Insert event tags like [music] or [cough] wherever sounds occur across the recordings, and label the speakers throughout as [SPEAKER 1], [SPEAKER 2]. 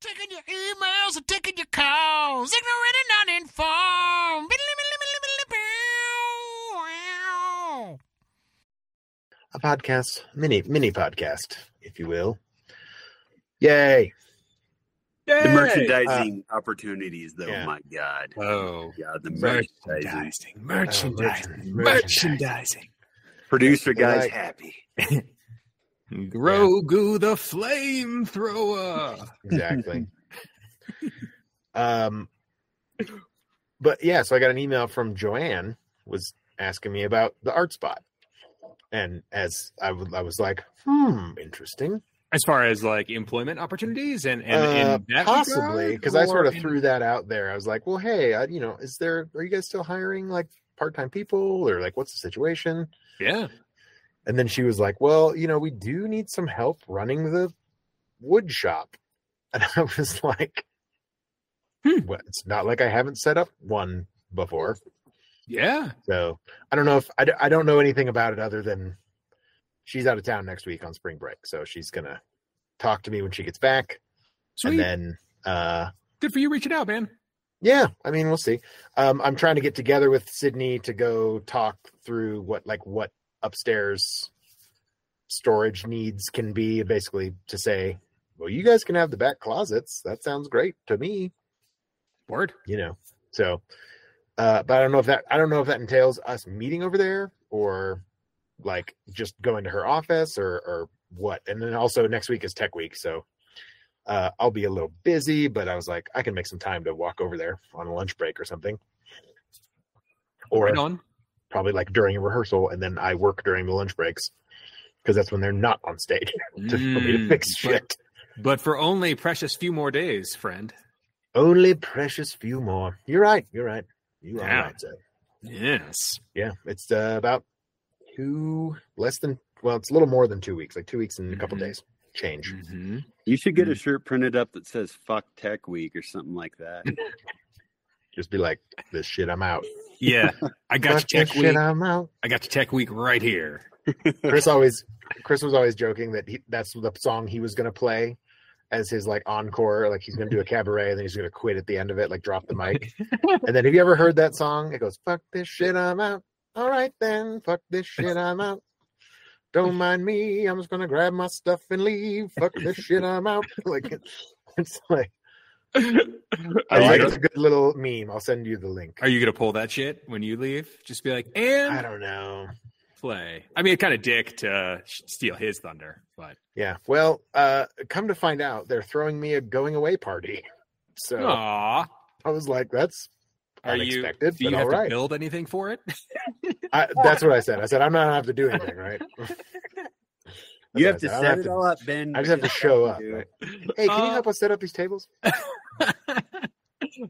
[SPEAKER 1] Taking your emails and taking your calls. Ignorant and uninformed.
[SPEAKER 2] a podcast, mini mini podcast, if you will. Yay!
[SPEAKER 3] The
[SPEAKER 4] Yay!
[SPEAKER 3] merchandising opportunities, though.
[SPEAKER 2] uh, yeah.
[SPEAKER 3] My God.
[SPEAKER 4] Oh,
[SPEAKER 3] God, the
[SPEAKER 4] merchandising,
[SPEAKER 3] merchandising.
[SPEAKER 2] merchandising,
[SPEAKER 4] Oh, merchandising,
[SPEAKER 2] merchandising.
[SPEAKER 4] merchandising.
[SPEAKER 3] Producer
[SPEAKER 2] Yeah,
[SPEAKER 3] guy's
[SPEAKER 2] like-
[SPEAKER 3] happy.
[SPEAKER 4] Grogu the flamethrower.
[SPEAKER 2] Exactly.
[SPEAKER 4] [laughs]
[SPEAKER 2] um, but yeah, so I got an email from Joanne was asking me about the art spot, and as I w- I was like, hmm, interesting.
[SPEAKER 4] As far as like employment opportunities and and,
[SPEAKER 2] Uh,
[SPEAKER 4] and that
[SPEAKER 2] possibly
[SPEAKER 4] regard,
[SPEAKER 2] because I
[SPEAKER 4] or
[SPEAKER 2] sort of
[SPEAKER 4] in-
[SPEAKER 2] threw that out there. I was like, well, hey, I, you know, is there are you guys still hiring like part time people or like what's the situation?
[SPEAKER 4] Yeah,
[SPEAKER 2] And then she was like, Well, you know, we do need some help running the wood shop. [laughs] And I was like,
[SPEAKER 4] Hmm.
[SPEAKER 2] well, It's not like I haven't set up one before.
[SPEAKER 4] yeah.
[SPEAKER 2] So I don't know if I, d- I don't know anything about it other than she's out of town next week on spring break. So she's going to talk to me when she gets back.
[SPEAKER 4] Sweet.
[SPEAKER 2] And then, uh,
[SPEAKER 4] Good for you reaching out, man.
[SPEAKER 2] yeah, I mean, we'll see. Um, I'm trying to get together with Sydney to go talk through what, like, what upstairs storage needs can be, basically to say, well, you guys can have the back closets. That sounds great to me,
[SPEAKER 4] Word.
[SPEAKER 2] you know. So, uh, but I don't know if that, I don't know if that entails us meeting over there or like just going to her office or, or what. And then also next week is tech week. So, uh, I'll be a little busy, but I was like, I can make some time to walk over there on a lunch break or something. Or
[SPEAKER 4] Right on.
[SPEAKER 2] probably like during a rehearsal, and then I work during the lunch breaks because that's when they're not on stage [laughs] to, for me to
[SPEAKER 4] Mm,
[SPEAKER 2] fix
[SPEAKER 4] but-
[SPEAKER 2] shit.
[SPEAKER 4] But for only precious few more days, friend.
[SPEAKER 2] Only precious few more. You're right. You're right. You are
[SPEAKER 4] Yeah.
[SPEAKER 2] right, Zach.
[SPEAKER 4] Yes.
[SPEAKER 2] Yeah, it's uh, about two less than well, it's a little more than two weeks, like two weeks and a couple
[SPEAKER 4] Mhm.
[SPEAKER 2] days change.
[SPEAKER 4] Mhm.
[SPEAKER 3] You should get a
[SPEAKER 2] Mm.
[SPEAKER 3] shirt printed up that says "Fuck Tech Week" or something like
[SPEAKER 2] [laughs]
[SPEAKER 3] that.
[SPEAKER 2] Just be like, this shit, I'm out. [laughs]
[SPEAKER 4] Yeah, I got
[SPEAKER 2] Fuck
[SPEAKER 4] your
[SPEAKER 2] this
[SPEAKER 4] tech
[SPEAKER 2] shit,
[SPEAKER 4] week.
[SPEAKER 2] I'm out.
[SPEAKER 4] I got your tech week right here.
[SPEAKER 2] Chris [laughs] always, Chris was always joking that he, that's the song he was gonna play as his like encore. Like he's gonna do a cabaret and then he's gonna quit at the end of it, like drop the mic. and then have you ever heard that song? It goes, "Fuck this shit, I'm out." All right then, fuck this shit, I'm out. Don't mind me, I'm just gonna grab my stuff and leave. Fuck this shit, I'm out. [laughs] Like it's like I
[SPEAKER 3] Are you
[SPEAKER 2] like
[SPEAKER 3] gonna-
[SPEAKER 2] it's a good little meme. I'll send you the link.
[SPEAKER 4] Are you gonna pull that shit when you leave? Just be like,
[SPEAKER 2] I
[SPEAKER 4] and
[SPEAKER 2] don't know.
[SPEAKER 4] play. I mean, it kind of dick to sh- steal his thunder, but
[SPEAKER 2] Yeah. Well, uh come to find out, they're throwing me a going away party. [laughs] So
[SPEAKER 4] Aw.
[SPEAKER 2] I was like,
[SPEAKER 4] [laughs]
[SPEAKER 2] that's
[SPEAKER 4] Are you?
[SPEAKER 2] unexpected,
[SPEAKER 4] Do you
[SPEAKER 2] but
[SPEAKER 4] have
[SPEAKER 2] all
[SPEAKER 4] to
[SPEAKER 2] right. I
[SPEAKER 4] build anything for it? [laughs]
[SPEAKER 2] that's what I said. I said I'm not gonna have to do anything,
[SPEAKER 4] [laughs]
[SPEAKER 2] right? [laughs]
[SPEAKER 3] you have
[SPEAKER 2] That's
[SPEAKER 3] to
[SPEAKER 2] what I said. I
[SPEAKER 3] set
[SPEAKER 2] don't have
[SPEAKER 3] it
[SPEAKER 2] to-
[SPEAKER 3] all up, Ben.
[SPEAKER 2] I just have to show up.
[SPEAKER 3] do.
[SPEAKER 2] right?
[SPEAKER 4] [laughs]
[SPEAKER 2] Hey, can you
[SPEAKER 4] Uh,
[SPEAKER 2] help us set up these tables?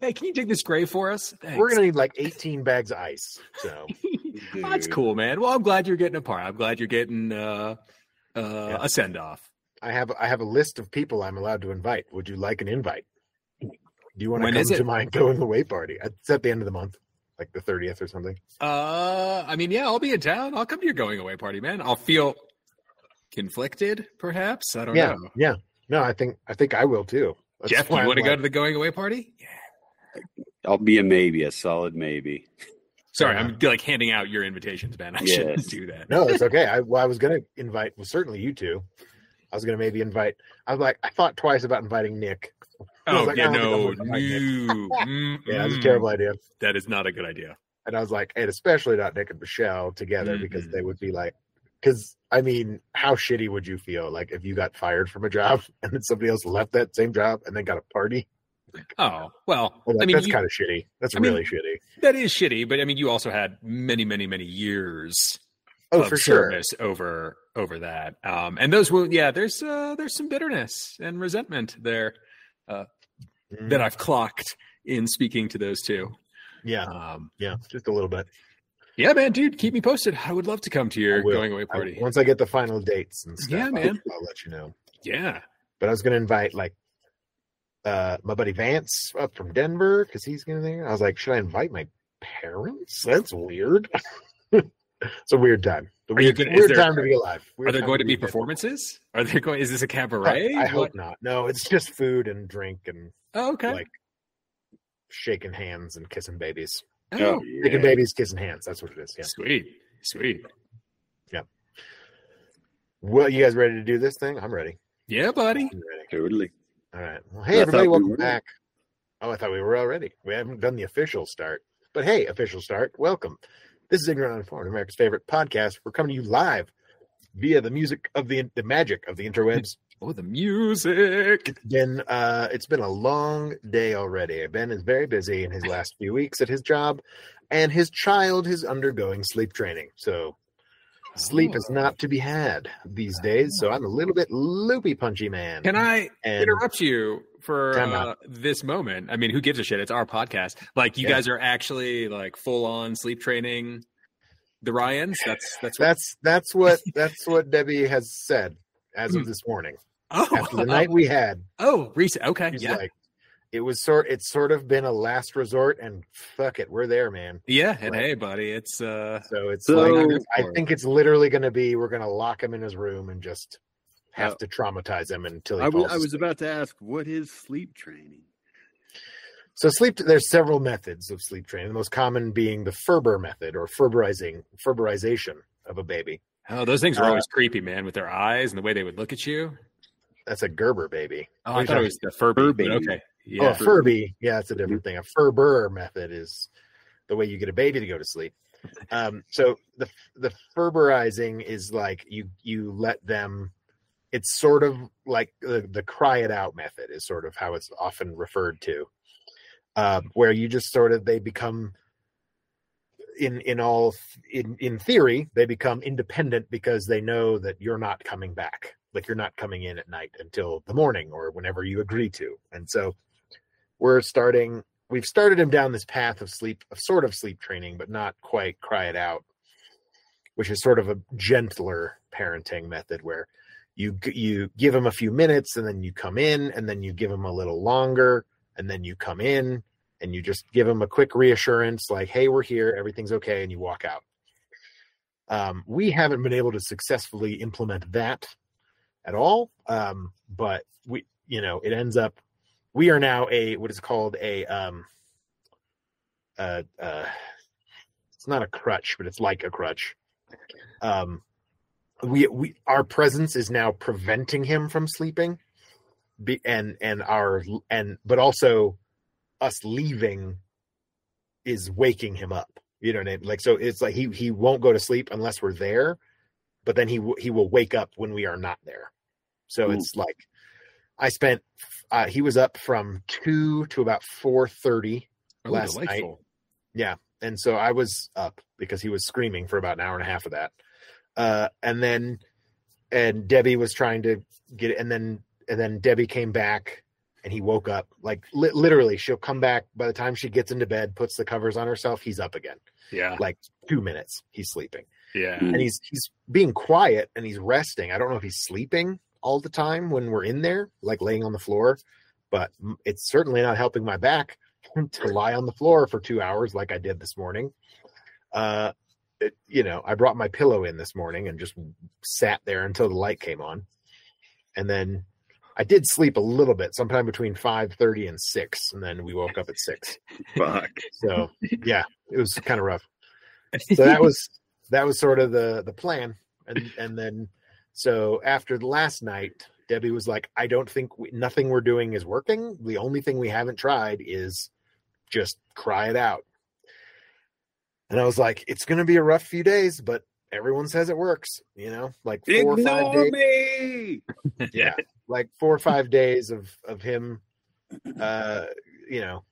[SPEAKER 4] hey, can you take this gray for us? Thanks.
[SPEAKER 2] We're gonna need like 18 bags of ice. So
[SPEAKER 4] Oh, that's
[SPEAKER 3] Dude.
[SPEAKER 4] cool, man. Well, I'm glad you're getting a part. I'm glad you're getting uh, uh, a send off.
[SPEAKER 2] I have I have a list of people I'm allowed to invite. Would you like an invite? Do you want to
[SPEAKER 4] When
[SPEAKER 2] come
[SPEAKER 4] is it?
[SPEAKER 2] to my [laughs] going away party? It's at the end of the month, like the 30th or something.
[SPEAKER 4] Uh, I mean, yeah, I'll be in town. I'll come to your going away party, man. I'll feel conflicted, perhaps. I don't
[SPEAKER 2] yeah,
[SPEAKER 4] know.
[SPEAKER 2] yeah. No, I think I think I will too. That's
[SPEAKER 4] Oh, Jeff, you
[SPEAKER 2] why I'm
[SPEAKER 4] want to go
[SPEAKER 2] like-
[SPEAKER 4] to the going away party? Yeah.
[SPEAKER 3] I'll be a maybe, a solid maybe.
[SPEAKER 4] Sorry,
[SPEAKER 2] Yeah.
[SPEAKER 4] I'm like handing out your invitations, man. I
[SPEAKER 3] Yes.
[SPEAKER 4] shouldn't do that.
[SPEAKER 2] No, it's okay. I, well, I was gonna invite. Well, certainly you two. I was gonna maybe invite. I was like, I thought twice about inviting Nick. I was
[SPEAKER 4] Oh,
[SPEAKER 2] like, I
[SPEAKER 4] yeah,
[SPEAKER 2] don't think I'm
[SPEAKER 4] no,
[SPEAKER 2] gonna
[SPEAKER 4] no.
[SPEAKER 2] like it.
[SPEAKER 4] Mm,
[SPEAKER 2] [laughs] Yeah, that's a
[SPEAKER 4] mm.
[SPEAKER 2] terrible idea.
[SPEAKER 4] That is not a good idea.
[SPEAKER 2] And I was like, and especially not Nick and Michelle together because
[SPEAKER 4] Mhm.
[SPEAKER 2] they would be like, because I mean, how shitty would you feel like if you got fired from a job [laughs] and then somebody else left that same job and then got a party?
[SPEAKER 4] Oh well,
[SPEAKER 2] Well, like,
[SPEAKER 4] I mean,
[SPEAKER 2] that's
[SPEAKER 4] you,
[SPEAKER 2] kind of shitty. That's
[SPEAKER 4] I mean-
[SPEAKER 2] really shitty.
[SPEAKER 4] that is shitty, but I mean, you also had many, many, many years
[SPEAKER 2] Oh,
[SPEAKER 4] of
[SPEAKER 2] for sure.
[SPEAKER 4] service over over that. Um, and those will, yeah, there's uh, there's some bitterness and resentment there
[SPEAKER 2] Mm,
[SPEAKER 4] that I've clocked in speaking to those two.
[SPEAKER 2] yeah,
[SPEAKER 4] Um,
[SPEAKER 2] yeah, just a little bit.
[SPEAKER 4] yeah, man, dude, keep me posted. I would love to come to
[SPEAKER 2] I
[SPEAKER 4] your
[SPEAKER 2] will.
[SPEAKER 4] going away
[SPEAKER 2] I-
[SPEAKER 4] party.
[SPEAKER 2] once I get the final dates and stuff,
[SPEAKER 4] Yeah,
[SPEAKER 2] I'll-
[SPEAKER 4] man.
[SPEAKER 2] I'll let you know.
[SPEAKER 4] yeah,
[SPEAKER 2] but I was gonna invite like uh my buddy Vance up from Denver because he's gonna there. I was like, should I invite my parents? That's weird. [laughs] it's a weird time. The
[SPEAKER 4] Are you
[SPEAKER 2] weird,
[SPEAKER 4] gonna- is
[SPEAKER 2] weird
[SPEAKER 4] there-
[SPEAKER 2] time to be alive. Weird
[SPEAKER 4] Are there
[SPEAKER 2] time
[SPEAKER 4] going to be
[SPEAKER 2] alive.
[SPEAKER 4] performances? Are there going? Is this a cabaret?
[SPEAKER 2] I, I
[SPEAKER 4] What-
[SPEAKER 2] hope not. No, it's just food and drink and
[SPEAKER 4] Oh, okay.
[SPEAKER 2] like shaking hands and kissing babies.
[SPEAKER 4] oh,
[SPEAKER 2] Shaking babies, kissing hands. That's what it is. Yeah.
[SPEAKER 4] sweet, sweet.
[SPEAKER 2] Well, you guys ready to do this thing? I'm ready.
[SPEAKER 4] Yeah, buddy.
[SPEAKER 2] I'm ready.
[SPEAKER 3] Totally.
[SPEAKER 2] All right. Well, hey,
[SPEAKER 3] I thought
[SPEAKER 2] everybody,
[SPEAKER 3] we
[SPEAKER 2] welcome
[SPEAKER 3] were.
[SPEAKER 2] back. Oh, I thought we were already. We haven't done the official start. But hey, official start, welcome. This is Ignorant Uninformed, America's favorite podcast. We're coming to you live via the music of the the magic of the interwebs.
[SPEAKER 3] [laughs]
[SPEAKER 4] Oh, the music.
[SPEAKER 2] been uh it's been a long day already. Ben is very busy
[SPEAKER 3] [laughs]
[SPEAKER 2] in his last few weeks at his job, and his child is undergoing sleep training. So sleep
[SPEAKER 3] Oh.
[SPEAKER 2] is not to be had these days. So I'm a little bit loopy punchy man.
[SPEAKER 4] Can I
[SPEAKER 2] And-
[SPEAKER 4] interrupt you for
[SPEAKER 2] Time
[SPEAKER 4] uh, this moment? I mean, who gives a shit? It's our podcast. Like, you
[SPEAKER 2] Yeah.
[SPEAKER 4] guys are actually like full on sleep training. The Ryan's. That's that's. What,
[SPEAKER 2] That's that's what that's what Debbie has said as of this morning. After
[SPEAKER 4] oh,
[SPEAKER 2] the night we had,
[SPEAKER 4] [laughs] oh, recent. Okay,
[SPEAKER 2] she's
[SPEAKER 4] yeah,
[SPEAKER 2] like, "It was sort. It's sort of been a last resort, and fuck it, we're there, man."
[SPEAKER 4] yeah. And
[SPEAKER 2] Right.
[SPEAKER 4] hey, buddy, it's uh,
[SPEAKER 2] So it's
[SPEAKER 3] So-
[SPEAKER 2] like I think it's literally going to be we're going to lock him in his room and just have
[SPEAKER 3] Oh.
[SPEAKER 2] to traumatize him until he
[SPEAKER 3] I wa-
[SPEAKER 2] falls
[SPEAKER 3] I was
[SPEAKER 2] asleep.
[SPEAKER 3] about to ask, what is sleep training?
[SPEAKER 2] So sleep. There's several methods of sleep training. The most common being the Ferber method or Ferberizing, Ferberization of a baby.
[SPEAKER 4] oh, those things were
[SPEAKER 2] Uh,
[SPEAKER 4] always creepy, man, with their eyes and the way they would look at you.
[SPEAKER 2] That's a Gerber baby.
[SPEAKER 4] Oh,
[SPEAKER 2] What are
[SPEAKER 4] I
[SPEAKER 2] you
[SPEAKER 4] thought it
[SPEAKER 2] talking-
[SPEAKER 4] was the Furby.
[SPEAKER 3] Furby.
[SPEAKER 4] but Okay, yeah.
[SPEAKER 2] Oh, a Furby. Yeah, that's a different thing. A Ferber method is the way you get a baby to go to sleep. Um, so the the Ferberizing is like you you let them. It's sort of like the, the cry it out method is sort of how it's often referred to, um, where you just sort of they become in in all in in theory they become independent because they know that you're not coming back like you're not coming in at night until the morning or whenever you agree to and so we're starting we've started him down this path of sleep of sort of sleep training but not quite cry it out which is sort of a gentler parenting method where you g- you give him a few minutes and then you come in and then you give him a little longer and then you come in and you just give him a quick reassurance like hey we're here everything's okay and you walk out um, we haven't been able to successfully implement that at all um, but we you know it ends up we are now a what is called a um uh uh it's not a crutch but it's like a crutch um we we our presence is now preventing him from sleeping be, and and our and but also us leaving is waking him up you know what i mean like so it's like he he won't go to sleep unless we're there but then he w- he will wake up when we are not there so
[SPEAKER 3] Ooh.
[SPEAKER 2] it's like i spent uh, he was up from 2 to about 4.30
[SPEAKER 4] Oh,
[SPEAKER 2] last night.
[SPEAKER 4] delightful.
[SPEAKER 2] and so i was up because he was screaming for about an hour and a half of that uh, and then and debbie was trying to get and then and then debbie came back and he woke up like li- literally she'll come back by the time she gets into bed puts the covers on herself he's up again
[SPEAKER 4] Yeah,
[SPEAKER 2] two minutes he's sleeping
[SPEAKER 4] yeah.
[SPEAKER 3] Mm.
[SPEAKER 2] and he's he's being quiet and he's resting. I don't know if he's sleeping all the time when we're in there, like laying on the floor, but m- it's certainly not helping my back [laughs] to lie on the floor for two hours like I did this morning. Uh, it- you know, I brought my pillow in this morning and just sat there until the light came on, and then I did sleep a little bit, sometime between five thirty and six, and then we woke up at six.
[SPEAKER 3] Fuck. [laughs]
[SPEAKER 2] So yeah, it was kind of rough. So that was that was sort of the the plan, and and then so after the last night, Debbie was like, "I don't think we, nothing we're doing is working. The only thing we haven't tried is just cry it out." And I was like, "It's going to be a rough few days, but everyone says it works. You know, like four or five days."
[SPEAKER 3] Ignore me.
[SPEAKER 2] yeah like four or five days of of him uh you know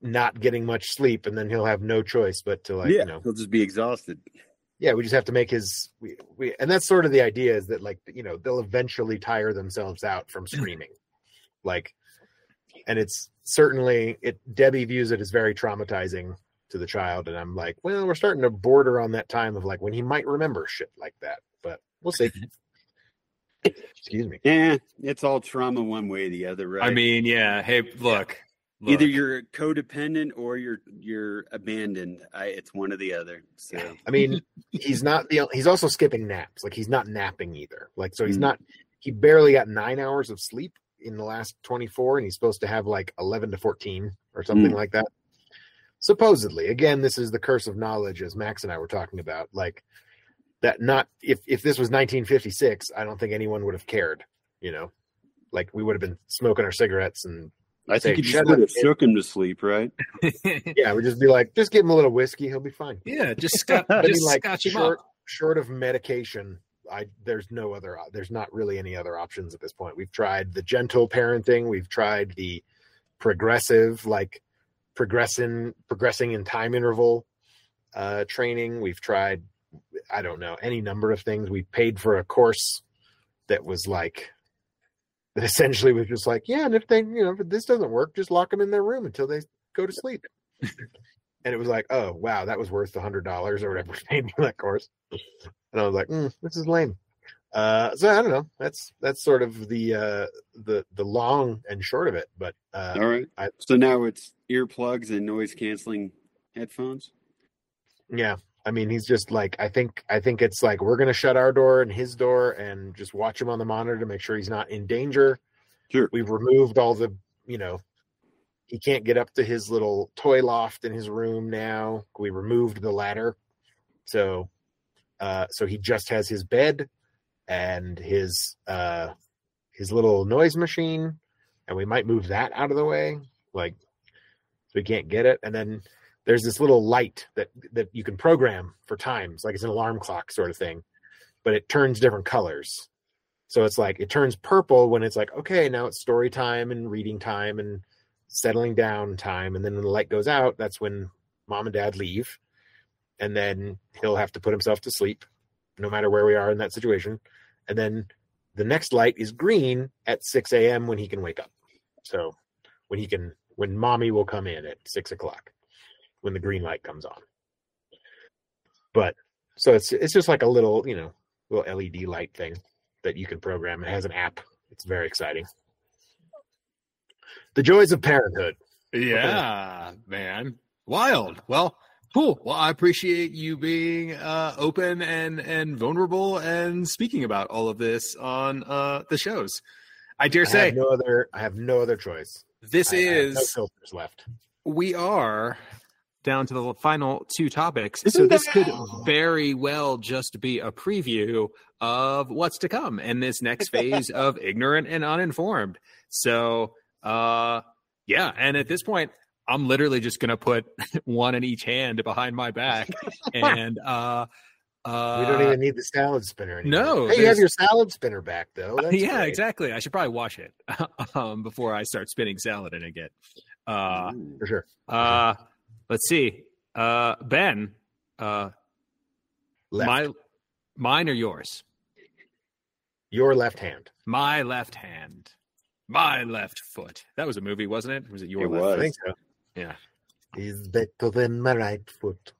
[SPEAKER 2] not getting much sleep and then he'll have no choice but to like
[SPEAKER 3] yeah,
[SPEAKER 2] you know
[SPEAKER 3] he'll just be exhausted.
[SPEAKER 2] yeah we just have to make his we, we and that's sort of the idea is that like you know they'll eventually tire themselves out from screaming like and it's certainly it debbie views it as very traumatizing to the child and i'm like well we're starting to border on that time of like when he might remember shit like that but we'll see excuse me
[SPEAKER 3] Eh, Yeah, it's all trauma one way or the other, right?
[SPEAKER 4] I mean, yeah. Hey, look,
[SPEAKER 5] Look,
[SPEAKER 3] Either you're codependent or you're you're abandoned. I, it's one or the other. So
[SPEAKER 2] I
[SPEAKER 3] [laughs]
[SPEAKER 2] mean, he's not the. He's also skipping naps. Like he's not napping either. Like so, he's
[SPEAKER 3] Mm.
[SPEAKER 2] not. He barely got nine hours of sleep in the last twenty four, and he's supposed to have like eleven to fourteen or something
[SPEAKER 3] Mm.
[SPEAKER 2] like that. Supposedly, again, this is the curse of knowledge, as Max and I were talking about. Like that. Not if if this was nineteen fifty six, I don't think anyone would have cared. You know, like we would have been smoking our cigarettes and
[SPEAKER 3] I
[SPEAKER 2] Say,
[SPEAKER 3] think you just
[SPEAKER 2] shut
[SPEAKER 3] would
[SPEAKER 2] up,
[SPEAKER 3] have
[SPEAKER 2] kid.
[SPEAKER 3] shook him to sleep, right?
[SPEAKER 4] [laughs]
[SPEAKER 2] yeah, we'd just be like, just give him a little whiskey, he'll be fine.
[SPEAKER 4] yeah,
[SPEAKER 2] [laughs]
[SPEAKER 4] just, sc-
[SPEAKER 2] I
[SPEAKER 4] just
[SPEAKER 2] mean, like
[SPEAKER 4] scotch him
[SPEAKER 2] short,
[SPEAKER 4] up.
[SPEAKER 2] short of medication, I there's no other op- there's not really any other options at this point. We've tried the gentle parenting, we've tried the progressive like progressing progressing in time interval uh training. We've tried I don't know any number of things. We paid for a course that was like that essentially was just like yeah, and if they you know if this doesn't work, just lock them in their room until they go to sleep. and it was like, oh wow, that was worth a hundred dollars or whatever [laughs] we paid for that course. And I was like, mm, this is lame. Uh, so I don't know. That's that's sort of the uh, the the long and short of it. But uh,
[SPEAKER 3] All right.
[SPEAKER 2] I-
[SPEAKER 3] so now it's earplugs and noise canceling headphones.
[SPEAKER 2] yeah, I mean, he's just like I think I think it's like we're gonna shut our door and his door and just watch him on the monitor to make sure he's not in danger.
[SPEAKER 3] Sure.
[SPEAKER 2] We've removed all the you know. He can't get up to his little toy loft in his room now. We removed the ladder So, uh, so he just has his bed and his uh, his little noise machine, and we might move that out of the way, like so we can't get it. And then there's this little light that that you can program for times, like it's an alarm clock sort of thing, but it turns different colors. So it's like it turns purple when it's like okay, now it's story time and reading time and settling down time, and then when the light goes out, that's when mom and dad leave and then he'll have to put himself to sleep no matter where we are in that situation and then the next light is green at 6 a.m when he can wake up so when he can when mommy will come in at 6 o'clock when the green light comes on but so it's it's just like a little you know little led light thing that you can program it has an app it's very exciting the joys of parenthood
[SPEAKER 4] Yeah, man. Wild. Well, cool. Well, I appreciate you being uh, open and and vulnerable and speaking about all of this on uh, the shows. I dare
[SPEAKER 2] i
[SPEAKER 4] say
[SPEAKER 2] have no other i have no other choice
[SPEAKER 4] this
[SPEAKER 2] I- I have
[SPEAKER 4] is
[SPEAKER 2] no filters left
[SPEAKER 4] we are down to the final two topics. so this could very well just be a preview of what's to come in
[SPEAKER 2] [laughs]
[SPEAKER 4] this next phase of ignorant and uninformed. So, uh yeah, and at this point I'm literally just going to put [laughs] one in each hand behind my
[SPEAKER 2] [laughs]
[SPEAKER 4] back and uh uh
[SPEAKER 2] We don't
[SPEAKER 4] [laughs]
[SPEAKER 2] even need the salad spinner anymore.
[SPEAKER 4] no,
[SPEAKER 2] hey, you have
[SPEAKER 4] there's- Uh,
[SPEAKER 2] your salad spinner back though. That's
[SPEAKER 4] yeah,
[SPEAKER 2] great.
[SPEAKER 4] exactly. I should probably wash it [laughs] um, before I start spinning salad in again. Uh,
[SPEAKER 3] Ooh.
[SPEAKER 2] for sure.
[SPEAKER 4] uh,
[SPEAKER 2] Mm-hmm.
[SPEAKER 4] let's see. Uh, ben, uh,
[SPEAKER 2] Left.
[SPEAKER 4] my mine or yours?
[SPEAKER 2] your left hand.
[SPEAKER 4] My left hand, my left foot. That was a movie, wasn't it? Was it your
[SPEAKER 3] It
[SPEAKER 4] left?
[SPEAKER 3] was.
[SPEAKER 2] I think so.
[SPEAKER 4] Yeah.
[SPEAKER 2] Is better than my right foot.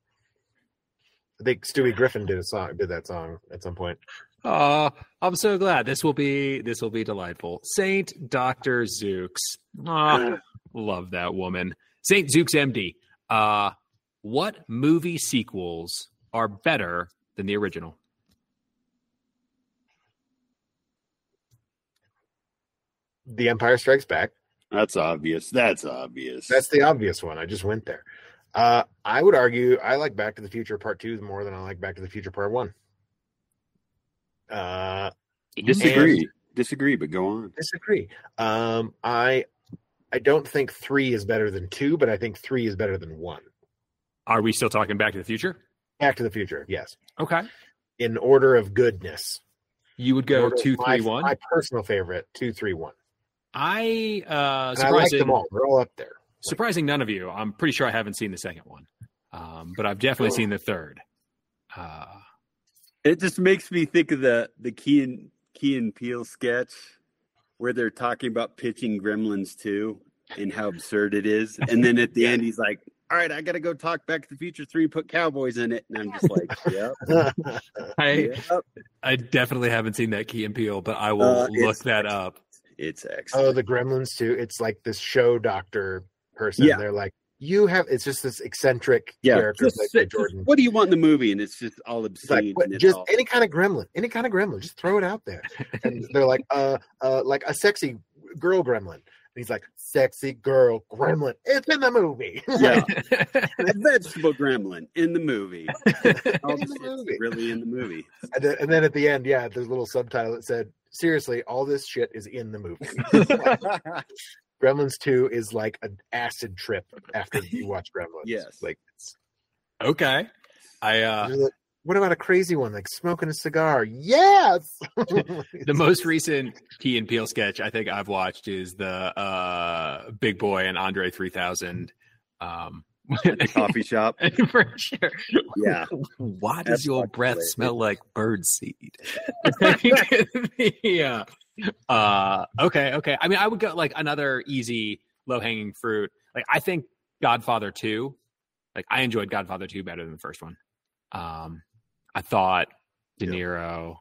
[SPEAKER 2] I think Stewie Griffin did a song, did that song at some point.
[SPEAKER 4] Oh, I'm so glad. This will be this will be delightful. Saint Doctor Zooks.
[SPEAKER 2] [sighs]
[SPEAKER 4] Ah, love that woman. Saint Zooks MD. Uh, what movie sequels are better than the original?
[SPEAKER 2] The Empire Strikes Back.
[SPEAKER 3] That's obvious. That's obvious.
[SPEAKER 2] That's the obvious one. I just went there. Uh, I would argue I like Back to the Future Part Two more than I like Back to the Future Part One. Uh,
[SPEAKER 3] disagree. disagree, but go on.
[SPEAKER 2] disagree. Um, I I don't think three is better than two, but I think three is better than one.
[SPEAKER 4] Are we still talking Back to the Future?
[SPEAKER 2] Back to the Future, yes.
[SPEAKER 4] Okay.
[SPEAKER 2] in order of goodness.
[SPEAKER 4] You would
[SPEAKER 2] In
[SPEAKER 4] go
[SPEAKER 2] order of
[SPEAKER 4] two,
[SPEAKER 2] my,
[SPEAKER 4] three, one.
[SPEAKER 2] My personal favorite, two, three, one.
[SPEAKER 4] I uh
[SPEAKER 2] And I like
[SPEAKER 4] surprising
[SPEAKER 2] them all. They're all up there.
[SPEAKER 4] surprising none of you. I'm pretty sure I haven't seen the second one. Um, but I've definitely seen the third. Uh
[SPEAKER 3] It just makes me think of the the Key and Key and Peel sketch where they're talking about pitching Gremlins too and how absurd it is. And
[SPEAKER 2] [laughs]
[SPEAKER 3] then at the end, he's like, "All right, I got to go talk Back to the Future three, put cowboys in it." And I'm just like, "Yep,
[SPEAKER 4] [laughs]
[SPEAKER 2] [laughs]
[SPEAKER 4] I
[SPEAKER 3] yep.
[SPEAKER 4] I definitely haven't seen that Key and Peele, but I will
[SPEAKER 3] Uh,
[SPEAKER 4] look
[SPEAKER 3] it's-
[SPEAKER 4] that up.
[SPEAKER 3] it's excellent."
[SPEAKER 2] oh, the Gremlins too. It's like this show doctor person.
[SPEAKER 3] Yeah.
[SPEAKER 2] They're like, you have. It's just this eccentric
[SPEAKER 3] Yeah.
[SPEAKER 2] character
[SPEAKER 3] Just
[SPEAKER 2] played
[SPEAKER 3] say-
[SPEAKER 2] by Jordan.
[SPEAKER 3] What do you want in the movie? And it's just all
[SPEAKER 2] It's
[SPEAKER 3] obscene.
[SPEAKER 2] like what-
[SPEAKER 3] and it's
[SPEAKER 2] just
[SPEAKER 3] all-
[SPEAKER 2] any kind of gremlin, any kind of gremlin, just throw it out there. And
[SPEAKER 4] [laughs]
[SPEAKER 2] they're like, uh, uh, like a sexy girl gremlin. And he's like, sexy girl gremlin. It's in the movie. [laughs]
[SPEAKER 3] yeah. [laughs] a vegetable gremlin in
[SPEAKER 2] [laughs]
[SPEAKER 3] the movie. All the
[SPEAKER 2] the
[SPEAKER 3] shit's
[SPEAKER 2] movie.
[SPEAKER 3] Really in
[SPEAKER 2] [laughs]
[SPEAKER 3] the movie.
[SPEAKER 2] And then, and then at the end, yeah, there's a little subtitle that said, "Seriously, all this shit is in the
[SPEAKER 4] [laughs]
[SPEAKER 2] movie." [laughs] Gremlins Two is like an acid trip after
[SPEAKER 4] [laughs]
[SPEAKER 2] you watch Gremlins.
[SPEAKER 3] Yes.
[SPEAKER 2] like it's,
[SPEAKER 4] okay. I uh
[SPEAKER 2] you're like, what about a crazy one like smoking a cigar? Yes. [laughs]
[SPEAKER 4] the most recent Key and Peel sketch I think I've watched is the uh Big Boy and Andre 3000 um [laughs]
[SPEAKER 3] Coffee shop.
[SPEAKER 4] for sure.
[SPEAKER 3] Yeah.
[SPEAKER 4] Why does
[SPEAKER 3] That's
[SPEAKER 4] your
[SPEAKER 3] fucking
[SPEAKER 4] breath
[SPEAKER 3] hilarious.
[SPEAKER 4] smell like bird seed? yeah. Uh, okay. Okay. I mean, I would go like another easy low hanging fruit. Like I think Godfather Two. Like I enjoyed Godfather Two better than the first one. Um, I thought De
[SPEAKER 2] Yeah.
[SPEAKER 4] Niro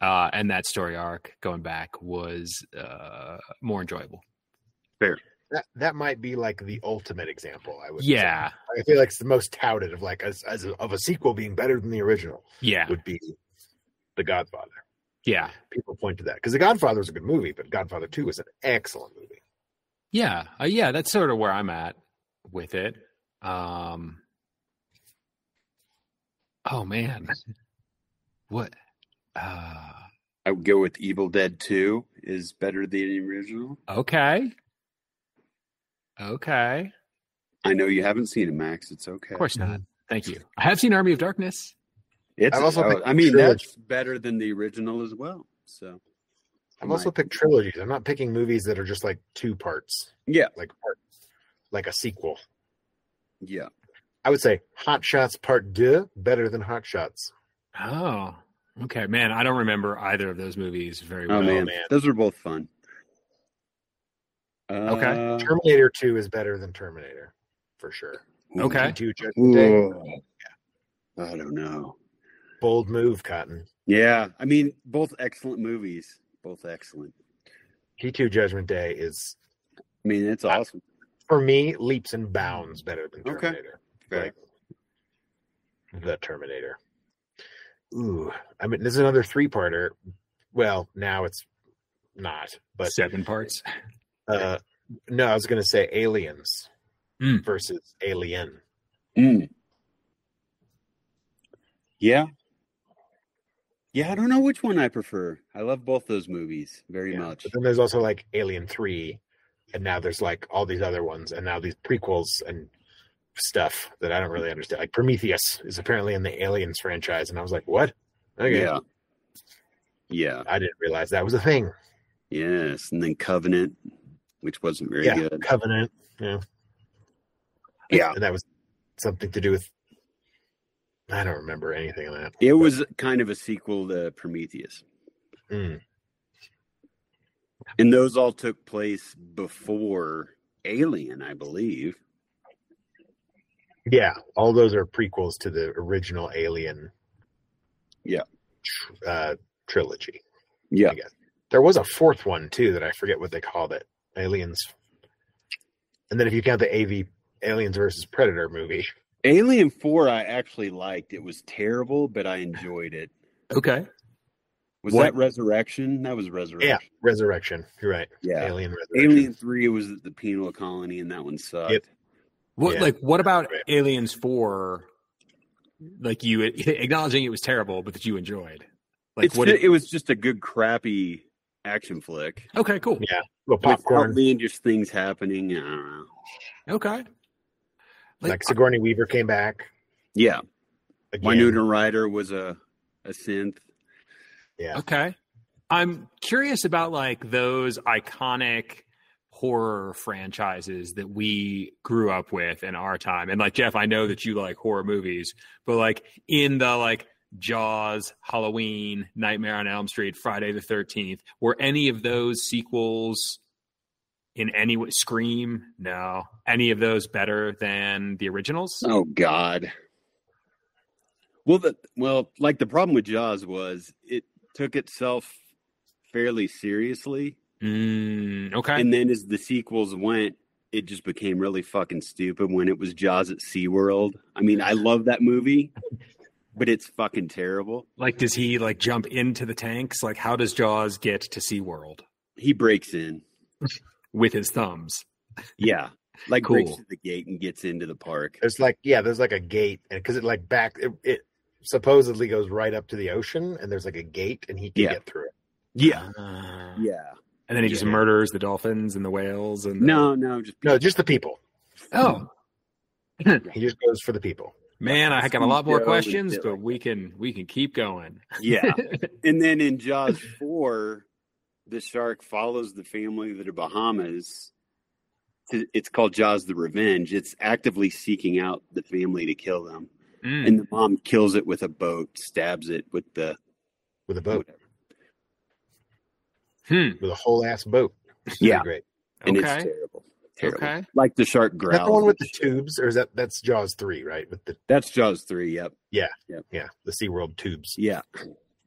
[SPEAKER 4] uh, and that story arc going back was uh, more enjoyable.
[SPEAKER 2] that, that might be like the ultimate example. I would. say.
[SPEAKER 4] Yeah.
[SPEAKER 2] I feel like it's the most touted of like as, as a, of a sequel being better than the original
[SPEAKER 4] Yeah.
[SPEAKER 2] would be The Godfather.
[SPEAKER 4] Yeah.
[SPEAKER 2] People point to that because The Godfather was a good movie, but Godfather Two was an excellent movie.
[SPEAKER 4] Yeah, uh, yeah, that's sort of where I'm at with it. Um, oh man, what? Uh,
[SPEAKER 3] I would go with Evil Dead 2 is better than the original.
[SPEAKER 4] okay, okay.
[SPEAKER 3] I know you haven't seen it, Max. It's okay.
[SPEAKER 4] Of course not. Thank you. I have seen Army of Darkness.
[SPEAKER 3] It's,
[SPEAKER 2] I've also
[SPEAKER 3] oh,
[SPEAKER 2] picked
[SPEAKER 3] I mean,
[SPEAKER 2] Trilogy.
[SPEAKER 3] that's better than the original as well. So,
[SPEAKER 2] I'm also picked trilogies. I'm not picking movies that are just like two parts,
[SPEAKER 3] yeah,
[SPEAKER 2] like part, like a sequel.
[SPEAKER 3] yeah.
[SPEAKER 2] I would say Hot Shots Part Deux better than Hot Shots.
[SPEAKER 4] Oh, okay, man. I don't remember either of those movies very well.
[SPEAKER 3] Oh man.
[SPEAKER 2] man.
[SPEAKER 3] those were both fun.
[SPEAKER 4] Okay.
[SPEAKER 3] Uh,
[SPEAKER 2] Terminator Two is better than Terminator, for sure.
[SPEAKER 4] Okay.
[SPEAKER 2] Two Judgment Day,
[SPEAKER 3] Ooh. I don't know.
[SPEAKER 2] bold move, Cotton.
[SPEAKER 3] Yeah, I mean, both excellent movies. Both excellent.
[SPEAKER 2] T two Judgment Day is
[SPEAKER 3] I mean, it's
[SPEAKER 2] I-
[SPEAKER 3] awesome.
[SPEAKER 2] for me leaps and bounds better than
[SPEAKER 3] Okay.
[SPEAKER 2] Terminator.
[SPEAKER 3] Fair.
[SPEAKER 2] Like the Terminator. Ooh, I mean, this is another three parter. Well, now it's not, but
[SPEAKER 4] Seven parts.
[SPEAKER 2] uh, no, I was gonna say Aliens
[SPEAKER 4] Mm.
[SPEAKER 2] versus Alien.
[SPEAKER 3] Mm. Yeah. Yeah, I don't know which one I prefer. I love both those movies very
[SPEAKER 2] Yeah.
[SPEAKER 3] much.
[SPEAKER 2] But then there's also like Alien Three, and now there's like all these other ones, and now these prequels and stuff that I don't really understand. Like Prometheus is apparently in the Aliens franchise, and I was like, what? Okay,
[SPEAKER 3] Yeah. Yeah.
[SPEAKER 2] I didn't realize that was a thing.
[SPEAKER 3] Yes. And then Covenant, which wasn't very
[SPEAKER 2] yeah,
[SPEAKER 3] good.
[SPEAKER 2] Covenant. Yeah.
[SPEAKER 3] Yeah.
[SPEAKER 2] And that was something to do with I don't remember anything of that.
[SPEAKER 3] It was kind of a sequel to Prometheus.
[SPEAKER 2] Mm.
[SPEAKER 3] And those all took place before Alien, I believe.
[SPEAKER 2] Yeah, all those are prequels to the original Alien.
[SPEAKER 3] Yeah.
[SPEAKER 2] tr- uh, trilogy.
[SPEAKER 3] Yeah.
[SPEAKER 2] There was a fourth one too that I forget what they called it. Aliens. And then if you count the AV Aliens versus Predator movie, [laughs]
[SPEAKER 3] Alien 4 I actually liked. It was terrible, but I enjoyed it.
[SPEAKER 4] Okay.
[SPEAKER 3] Was
[SPEAKER 2] What-
[SPEAKER 3] that Resurrection? That was Resurrection.
[SPEAKER 2] Resurrection. You're right.
[SPEAKER 3] Yeah.
[SPEAKER 2] Alien Resurrection.
[SPEAKER 3] Alien Three was at the penal colony, and that one sucked.
[SPEAKER 2] Yep.
[SPEAKER 4] What
[SPEAKER 2] Yeah.
[SPEAKER 4] like what about
[SPEAKER 2] Right.
[SPEAKER 4] Aliens Four? Like you [laughs] acknowledging it was terrible, but that you enjoyed. Like
[SPEAKER 3] It's
[SPEAKER 4] what?
[SPEAKER 3] ju-
[SPEAKER 4] did-
[SPEAKER 3] it was just a good crappy action flick.
[SPEAKER 4] okay, cool.
[SPEAKER 2] Little popcorn.
[SPEAKER 3] Without being just things happening. I don't know.
[SPEAKER 4] Okay.
[SPEAKER 2] Like Sigourney Weaver came back.
[SPEAKER 3] Yeah,
[SPEAKER 2] Again.
[SPEAKER 3] Winona Ryder was a a synth.
[SPEAKER 2] Yeah.
[SPEAKER 4] Okay. I'm curious about like those iconic horror franchises that we grew up with in our time. And like Jeff, I know that you like horror movies, but like in the like Jaws, Halloween, Nightmare on Elm Street, Friday the 13th, were any of those sequels in any way Scream? No. Any of those better than the originals?
[SPEAKER 3] Oh God. Well, the well, like the problem with Jaws was it took itself fairly seriously,
[SPEAKER 4] Mm, okay.
[SPEAKER 3] and then as the sequels went, it just became really fucking stupid when it was Jaws at SeaWorld. I
[SPEAKER 4] [laughs]
[SPEAKER 3] mean, I love that movie, but it's fucking terrible.
[SPEAKER 4] Like, does he like jump into the tanks? Like, how does Jaws get to SeaWorld
[SPEAKER 3] He breaks in.
[SPEAKER 4] with his thumbs?
[SPEAKER 3] Yeah. Like
[SPEAKER 4] Cool.
[SPEAKER 3] breaks through the gate and gets into the park.
[SPEAKER 2] There's like yeah, there's like a gate, and because it like back it, it supposedly goes right up to the ocean, and there's like a gate, and he can
[SPEAKER 3] Yeah.
[SPEAKER 2] get through it.
[SPEAKER 3] Yeah.
[SPEAKER 4] Ah.
[SPEAKER 3] Yeah.
[SPEAKER 4] And then he just
[SPEAKER 3] Uh, Yeah.
[SPEAKER 4] murders the dolphins and the whales and the-
[SPEAKER 3] No, no, just
[SPEAKER 2] No, just the people.
[SPEAKER 4] Oh
[SPEAKER 2] He just goes for the people.
[SPEAKER 4] man, I got a lot more
[SPEAKER 3] Yeah, we
[SPEAKER 4] questions,
[SPEAKER 3] did
[SPEAKER 4] but
[SPEAKER 3] like
[SPEAKER 4] we can we can keep going. [laughs]
[SPEAKER 3] Yeah. and then in Jaws 4, the shark follows the family to the Bahamas. To, it's called Jaws the Revenge. It's actively seeking out the family to kill them.
[SPEAKER 4] Mm.
[SPEAKER 3] And the mom kills it with a boat, stabs it with the
[SPEAKER 2] With a boat,
[SPEAKER 4] Hmm.
[SPEAKER 2] with a whole ass boat. It's
[SPEAKER 3] Mm-hmm. Yeah.
[SPEAKER 2] great.
[SPEAKER 3] And it's
[SPEAKER 4] Okay.
[SPEAKER 3] terrible. Terrible.
[SPEAKER 4] Okay.
[SPEAKER 3] Like the shark
[SPEAKER 2] Is
[SPEAKER 3] growls.
[SPEAKER 2] that the one with the
[SPEAKER 3] Shit.
[SPEAKER 2] tubes, or is that that's Jaws three, right? With the
[SPEAKER 3] That's Jaws 3, yep.
[SPEAKER 2] yeah, the SeaWorld tubes
[SPEAKER 3] Yeah.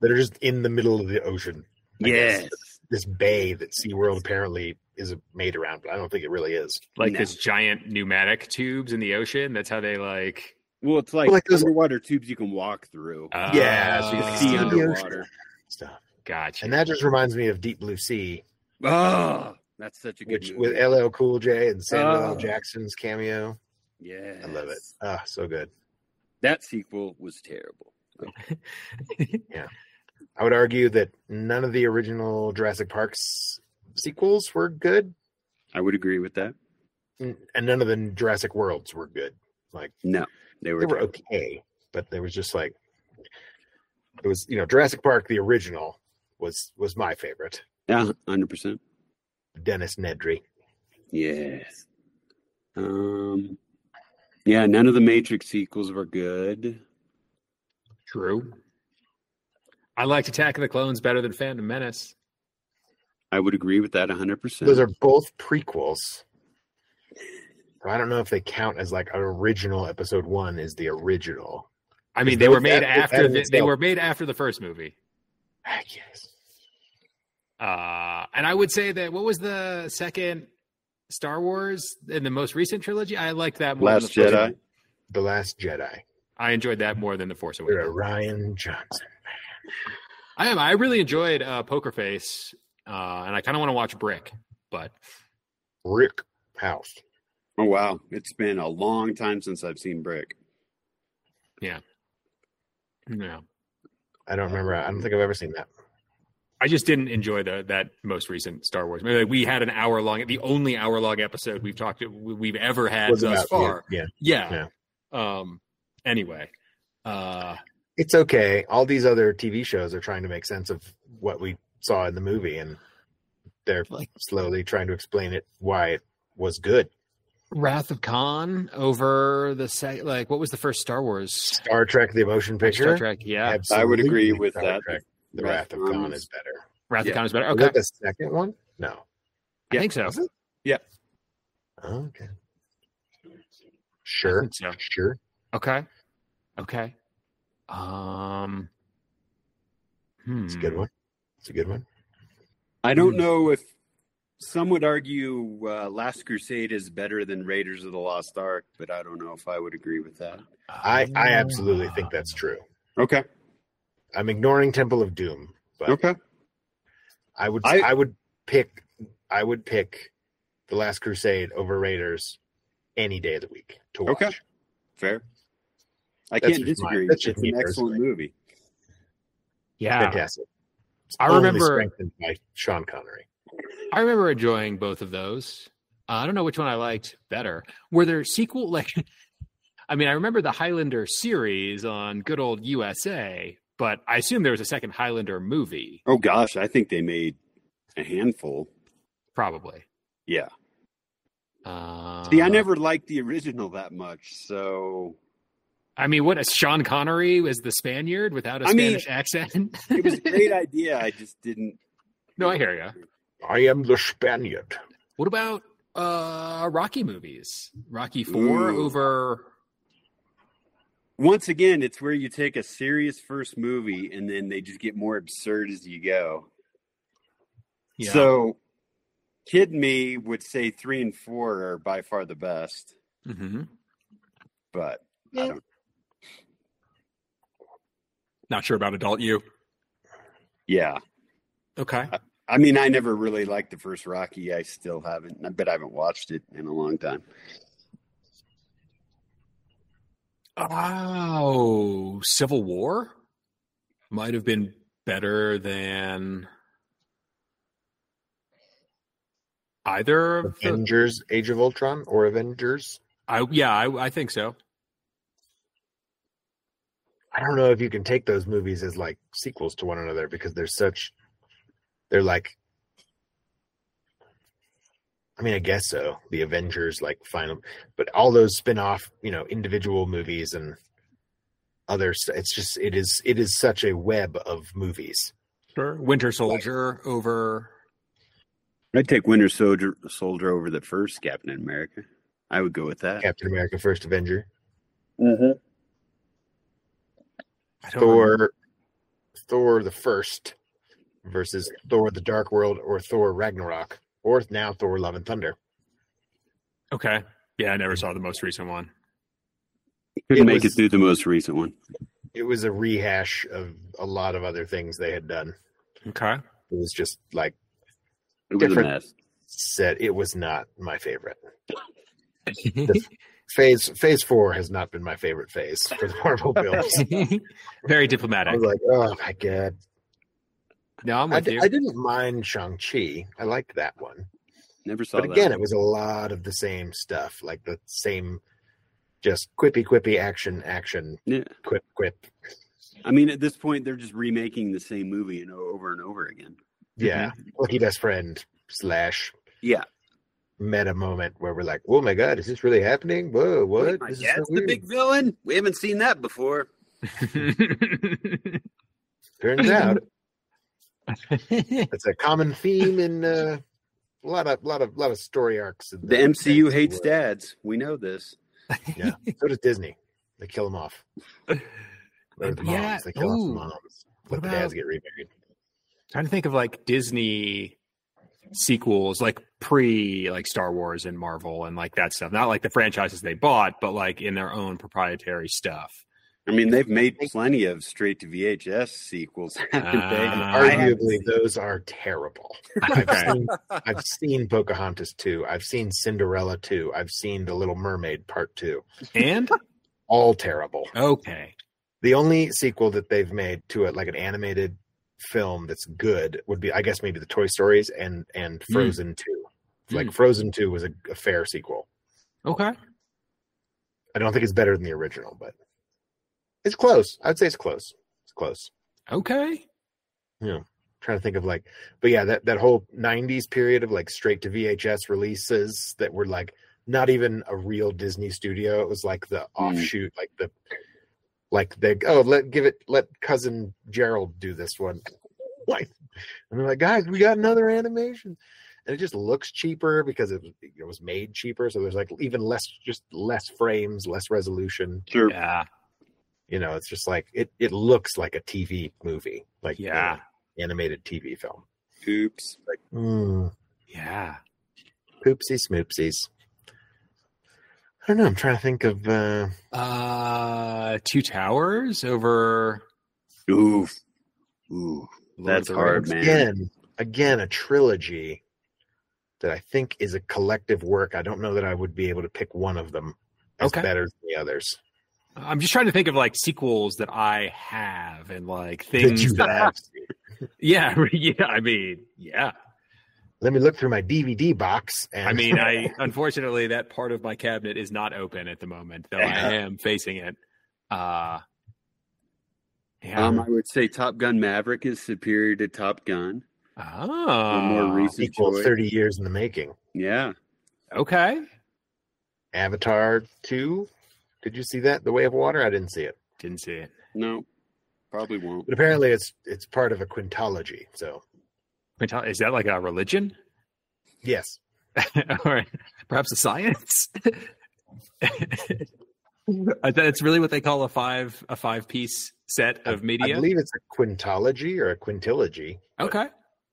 [SPEAKER 2] that are just in the middle of the ocean. I guess.
[SPEAKER 3] Yes.
[SPEAKER 2] This bay that SeaWorld apparently is made around, but I don't think it really is.
[SPEAKER 4] Like
[SPEAKER 3] No.
[SPEAKER 4] those giant pneumatic tubes in the ocean. That's how they like.
[SPEAKER 3] Well, it's like,
[SPEAKER 2] Well, like those-
[SPEAKER 3] underwater tubes you can walk through.
[SPEAKER 2] Yeah, so you can
[SPEAKER 4] Ah,
[SPEAKER 2] see
[SPEAKER 3] see
[SPEAKER 2] the
[SPEAKER 3] underwater.
[SPEAKER 2] Stuff.
[SPEAKER 4] Gotcha.
[SPEAKER 2] And that just reminds me of Deep Blue Sea,
[SPEAKER 3] Oh, that's such a good
[SPEAKER 2] which
[SPEAKER 3] movie.
[SPEAKER 2] with LL Cool J and Samuel L.
[SPEAKER 3] Oh.
[SPEAKER 2] Jackson's cameo.
[SPEAKER 3] yeah.
[SPEAKER 2] I love it. Ah, so good.
[SPEAKER 3] That sequel was terrible.
[SPEAKER 2] I would argue that none of the original Jurassic Park's sequels were good,
[SPEAKER 3] I would agree with that.
[SPEAKER 2] n- and none of the Jurassic Worlds were good.
[SPEAKER 3] No, they were,
[SPEAKER 2] They were
[SPEAKER 3] terrible.
[SPEAKER 2] okay, but there was just like it was, you know, Jurassic Park the original was was my favorite.
[SPEAKER 3] yeah, hundred percent.
[SPEAKER 2] Dennis Nedry.
[SPEAKER 3] Yes. Um. Yeah, none of the Matrix sequels were good.
[SPEAKER 4] True. I liked Attack of the Clones better than Phantom Menace.
[SPEAKER 3] I would agree with that hundred
[SPEAKER 2] Those
[SPEAKER 3] percent.
[SPEAKER 2] are both prequels. So I don't know if they count as like an original. Episode one is the original.
[SPEAKER 4] I mean,
[SPEAKER 2] Is
[SPEAKER 4] they
[SPEAKER 2] that-
[SPEAKER 4] were made
[SPEAKER 2] that- is that
[SPEAKER 4] after
[SPEAKER 2] in
[SPEAKER 4] the, they
[SPEAKER 2] itself?
[SPEAKER 4] were made after the first movie.
[SPEAKER 2] I guess.
[SPEAKER 4] Uh, and I would say that what was the second Star Wars in the most recent trilogy? I liked that more. than
[SPEAKER 3] Last
[SPEAKER 4] the first
[SPEAKER 3] Jedi.
[SPEAKER 4] one.
[SPEAKER 2] The Last Jedi.
[SPEAKER 4] I enjoyed that more than the Force
[SPEAKER 2] We're a
[SPEAKER 4] Awakens.
[SPEAKER 2] Ryan Johnson.
[SPEAKER 4] I am. I really enjoyed uh, Poker Face, uh, and I kind of want to watch Brick, but
[SPEAKER 2] Rick House.
[SPEAKER 3] Oh wow, it's been a long time since I've seen Brick.
[SPEAKER 4] no,
[SPEAKER 2] I don't remember. I don't think I've ever seen that.
[SPEAKER 4] I just didn't enjoy the that most recent Star Wars. Maybe like, we had an hour long, the only hour long episode we've talked we- we've ever had
[SPEAKER 2] Was
[SPEAKER 4] thus
[SPEAKER 2] about-
[SPEAKER 4] far.
[SPEAKER 2] Yeah, yeah.
[SPEAKER 4] Yeah. Um. Anyway. Uh.
[SPEAKER 2] It's okay. All these other TV shows are trying to make sense of what we saw in the movie and they're
[SPEAKER 4] Like-
[SPEAKER 2] slowly trying to explain it why it was good.
[SPEAKER 4] Wrath of Khan over the sec- like what was the first Star Wars
[SPEAKER 2] Star Trek the motion picture.
[SPEAKER 4] Star Trek? Yeah,
[SPEAKER 3] I would agree
[SPEAKER 2] Absolutely
[SPEAKER 3] with
[SPEAKER 2] Star
[SPEAKER 3] that. um,
[SPEAKER 2] Trek, the
[SPEAKER 3] Wrath
[SPEAKER 2] Wrath of
[SPEAKER 3] of Khan
[SPEAKER 2] Khan
[SPEAKER 3] is-
[SPEAKER 2] is better.
[SPEAKER 4] Wrath
[SPEAKER 3] Yeah.
[SPEAKER 4] of Khan is better.
[SPEAKER 2] Was
[SPEAKER 4] Okay,
[SPEAKER 2] that the second one? No.
[SPEAKER 4] I think so.
[SPEAKER 2] Was it?
[SPEAKER 3] Yeah.
[SPEAKER 2] Oh, okay.
[SPEAKER 4] I
[SPEAKER 2] Sure.
[SPEAKER 4] think so.
[SPEAKER 2] Sure.
[SPEAKER 4] Okay, okay. Um,
[SPEAKER 2] It's a good
[SPEAKER 4] hmm.
[SPEAKER 2] one. It's a good one.
[SPEAKER 3] I don't know if some would argue uh, Last Crusade is better than Raiders of the Lost Ark, but I don't know if I would agree with that.
[SPEAKER 4] hmm.
[SPEAKER 2] I, I absolutely
[SPEAKER 4] Ah.
[SPEAKER 2] think that's true.
[SPEAKER 3] Okay.
[SPEAKER 2] I'm ignoring Temple of Doom, but
[SPEAKER 3] Okay.
[SPEAKER 2] I would
[SPEAKER 3] I-
[SPEAKER 2] I, would pick I would pick The Last Crusade over Raiders any day of the week to watch.
[SPEAKER 3] Okay. Fair. I
[SPEAKER 2] That's
[SPEAKER 3] can't
[SPEAKER 2] just my-
[SPEAKER 3] disagree.
[SPEAKER 2] that's
[SPEAKER 3] It's
[SPEAKER 2] just
[SPEAKER 3] an
[SPEAKER 2] me
[SPEAKER 3] excellent movie.
[SPEAKER 4] Yeah,
[SPEAKER 2] Fantastic. It's
[SPEAKER 4] I
[SPEAKER 2] only
[SPEAKER 4] remember-
[SPEAKER 2] strengthened by Sean Connery.
[SPEAKER 4] I remember enjoying both of those. Uh, I don't know which one I liked better. Were there sequel [laughs] like? I mean, I remember the Highlander series on good old USA, but I assume there was a second Highlander movie,
[SPEAKER 3] Oh gosh, I think they made a handful.
[SPEAKER 4] probably.
[SPEAKER 3] Yeah.
[SPEAKER 4] Uh,
[SPEAKER 3] See, I
[SPEAKER 2] Uh-huh.
[SPEAKER 3] never liked the original that much, so
[SPEAKER 4] I mean, what is Sean Connery was the Spaniard without a
[SPEAKER 3] I mean-
[SPEAKER 4] Spanish accent? [laughs]
[SPEAKER 3] it was a
[SPEAKER 2] [laughs]
[SPEAKER 3] great idea. I just didn't.
[SPEAKER 4] no, I hear you.
[SPEAKER 2] I am the Spaniard.
[SPEAKER 4] What about uh Rocky movies? Rocky Four
[SPEAKER 3] Ooh.
[SPEAKER 4] over
[SPEAKER 3] Once again, it's where you take a serious first movie and then they just get more absurd as you go.
[SPEAKER 4] yeah.
[SPEAKER 3] So Kid me would say three and four are by far the best,
[SPEAKER 4] Mm-hmm.
[SPEAKER 3] but I don't,
[SPEAKER 4] Not sure about adult you.
[SPEAKER 3] yeah.
[SPEAKER 4] Okay.
[SPEAKER 3] I mean, I never really liked the first Rocky. I still haven't. I bet I haven't watched it in a long time.
[SPEAKER 4] Oh, Civil War might have been better than either of the.
[SPEAKER 2] Avengers, Age of Ultron, or Avengers.
[SPEAKER 4] I, yeah, I, I think so.
[SPEAKER 2] I don't know if you can take those movies as like sequels to one another because they're such. They're like. I mean, I guess so. The Avengers, like final, but all those spin-off, you know, individual movies and other. st- It's just it is it is such a web of movies.
[SPEAKER 4] Sure. Winter Soldier over.
[SPEAKER 3] I'd take Winter Soldier Soldier over the first Captain America. I would go with that.
[SPEAKER 2] Captain America: First Avenger,
[SPEAKER 4] I don't remember.
[SPEAKER 2] Thor, Thor the first, versus Thor: The Dark World or Thor: Ragnarok, or now Thor: Love and Thunder.
[SPEAKER 4] Okay. Yeah, I never saw the most recent one.
[SPEAKER 3] Couldn't
[SPEAKER 2] It
[SPEAKER 3] make
[SPEAKER 2] was-
[SPEAKER 3] it through the most recent one.
[SPEAKER 2] it was a rehash of a lot of other things they had done. [laughs]
[SPEAKER 4] Okay. [laughs]
[SPEAKER 2] It was just like
[SPEAKER 3] It was
[SPEAKER 2] Different.
[SPEAKER 3] a mess.
[SPEAKER 2] said, it was not my favorite. Phase Phase Four has not been my favorite phase for the
[SPEAKER 3] [laughs]
[SPEAKER 2] Marvel films.
[SPEAKER 4] Very
[SPEAKER 2] I
[SPEAKER 4] diplomatic.
[SPEAKER 2] was like, oh my god,
[SPEAKER 4] No, I'm
[SPEAKER 2] I,
[SPEAKER 4] with
[SPEAKER 2] d-
[SPEAKER 4] you.
[SPEAKER 2] I didn't mind Shang Chi. I liked that one,
[SPEAKER 3] Never saw
[SPEAKER 2] but
[SPEAKER 3] that.
[SPEAKER 2] again, it was a lot of the same stuff, like the same, just quippy quippy action action
[SPEAKER 3] Yeah.
[SPEAKER 2] quip quip.
[SPEAKER 3] I mean, at this point, they're just remaking the same movie and over and over again.
[SPEAKER 2] Yeah, lucky best friend slash
[SPEAKER 3] Yeah,
[SPEAKER 2] meta moment where we're like, oh my god, is this really happening? Whoa, what?
[SPEAKER 3] My
[SPEAKER 2] This is so
[SPEAKER 3] dad's the
[SPEAKER 2] weird."
[SPEAKER 3] big villain. We haven't seen that before.
[SPEAKER 4] [laughs]
[SPEAKER 2] Turns out it's a common theme in uh, a lot of lot of lot of story arcs. in
[SPEAKER 3] The MCU hates
[SPEAKER 2] world.
[SPEAKER 3] dads. We know this.
[SPEAKER 2] So does Disney. They kill them
[SPEAKER 3] [laughs]
[SPEAKER 2] off. Or the moms.
[SPEAKER 4] Yeah,
[SPEAKER 2] They kill off
[SPEAKER 4] ooh.
[SPEAKER 2] the moms. Let
[SPEAKER 4] What
[SPEAKER 2] the dads
[SPEAKER 4] about-
[SPEAKER 2] get remarried.
[SPEAKER 4] trying to think of like Disney sequels, like pre like Star Wars and Marvel and like that stuff. Not like the franchises they bought, but like in their own proprietary stuff.
[SPEAKER 3] I mean, they've made plenty of straight to VHS sequels, [laughs] haven't they?
[SPEAKER 4] Uh,
[SPEAKER 3] I haven't
[SPEAKER 2] Arguably, those are
[SPEAKER 4] [laughs]
[SPEAKER 2] terrible. I've, seen, I've seen Pocahontas 2. I've seen Cinderella 2. I've seen The Little Mermaid Part 2. [laughs]
[SPEAKER 4] And
[SPEAKER 2] All terrible.
[SPEAKER 4] okay,
[SPEAKER 2] The only sequel that they've made to it, like an animated film that's good, would be, I guess, maybe the Toy Stories and and
[SPEAKER 4] Mm.
[SPEAKER 2] Frozen Two. Like
[SPEAKER 4] Mm.
[SPEAKER 2] Frozen Two was a, a fair sequel.
[SPEAKER 4] okay,
[SPEAKER 2] I don't think it's better than the original, but it's close. I'd say it's close. It's close.
[SPEAKER 4] okay.
[SPEAKER 2] trying to think of like, but yeah, that that whole '90s period of like straight to VHS releases that were like not even a real Disney studio. It was like the offshoot, like the like the oh let give it let cousin Gerald do this one. [laughs] Like, and they're like, guys, we got another animation, and it just looks cheaper because it was it was made cheaper. So there's like even less, just less frames, less resolution.
[SPEAKER 3] Sure.
[SPEAKER 4] Yeah,
[SPEAKER 2] You know, it's just like it it looks like a TV movie, like you know,
[SPEAKER 4] yeah,
[SPEAKER 2] animated TV film.
[SPEAKER 3] Oops.
[SPEAKER 2] Mm,
[SPEAKER 4] yeah.
[SPEAKER 2] poopsie smoopsies. I don't know. I'm trying to think of. Uh,
[SPEAKER 4] Uh, Two Towers over.
[SPEAKER 3] Ooh. Ooh.
[SPEAKER 4] Lord
[SPEAKER 3] That's
[SPEAKER 4] of the
[SPEAKER 3] hard,
[SPEAKER 4] Rings.
[SPEAKER 3] man.
[SPEAKER 2] again, again, a trilogy that I think is a collective work. I don't know that I would be able to pick one of them as
[SPEAKER 4] Okay.
[SPEAKER 2] better than the others.
[SPEAKER 4] I'm just trying to think of like sequels that I have and like things
[SPEAKER 2] you
[SPEAKER 4] that.
[SPEAKER 2] have?
[SPEAKER 4] [laughs] Yeah, [laughs] yeah. I mean, yeah.
[SPEAKER 2] Let me look through my DVD box. And
[SPEAKER 4] I mean, I [laughs] unfortunately that part of my cabinet is not open at the moment, though I am facing it. Uh, yeah.
[SPEAKER 3] Um, I would say Top Gun Maverick is superior to Top Gun.
[SPEAKER 4] oh,
[SPEAKER 3] A more recent
[SPEAKER 2] sequel
[SPEAKER 3] choice.
[SPEAKER 2] 30 years in the making.
[SPEAKER 3] Yeah.
[SPEAKER 4] okay.
[SPEAKER 2] Avatar two. Did you see that? The Way of Water. I didn't see it,
[SPEAKER 4] Didn't see it.
[SPEAKER 3] No. Probably won't.
[SPEAKER 2] but apparently it's it's part of a quintology. So
[SPEAKER 4] Wait, tell- Is that like a religion [laughs]
[SPEAKER 2] yes,
[SPEAKER 4] or perhaps a science? [laughs] I thought That's really what they call a five a five piece set of
[SPEAKER 2] I
[SPEAKER 4] media.
[SPEAKER 2] believe it's a quintology or a quintilogy.
[SPEAKER 4] Okay.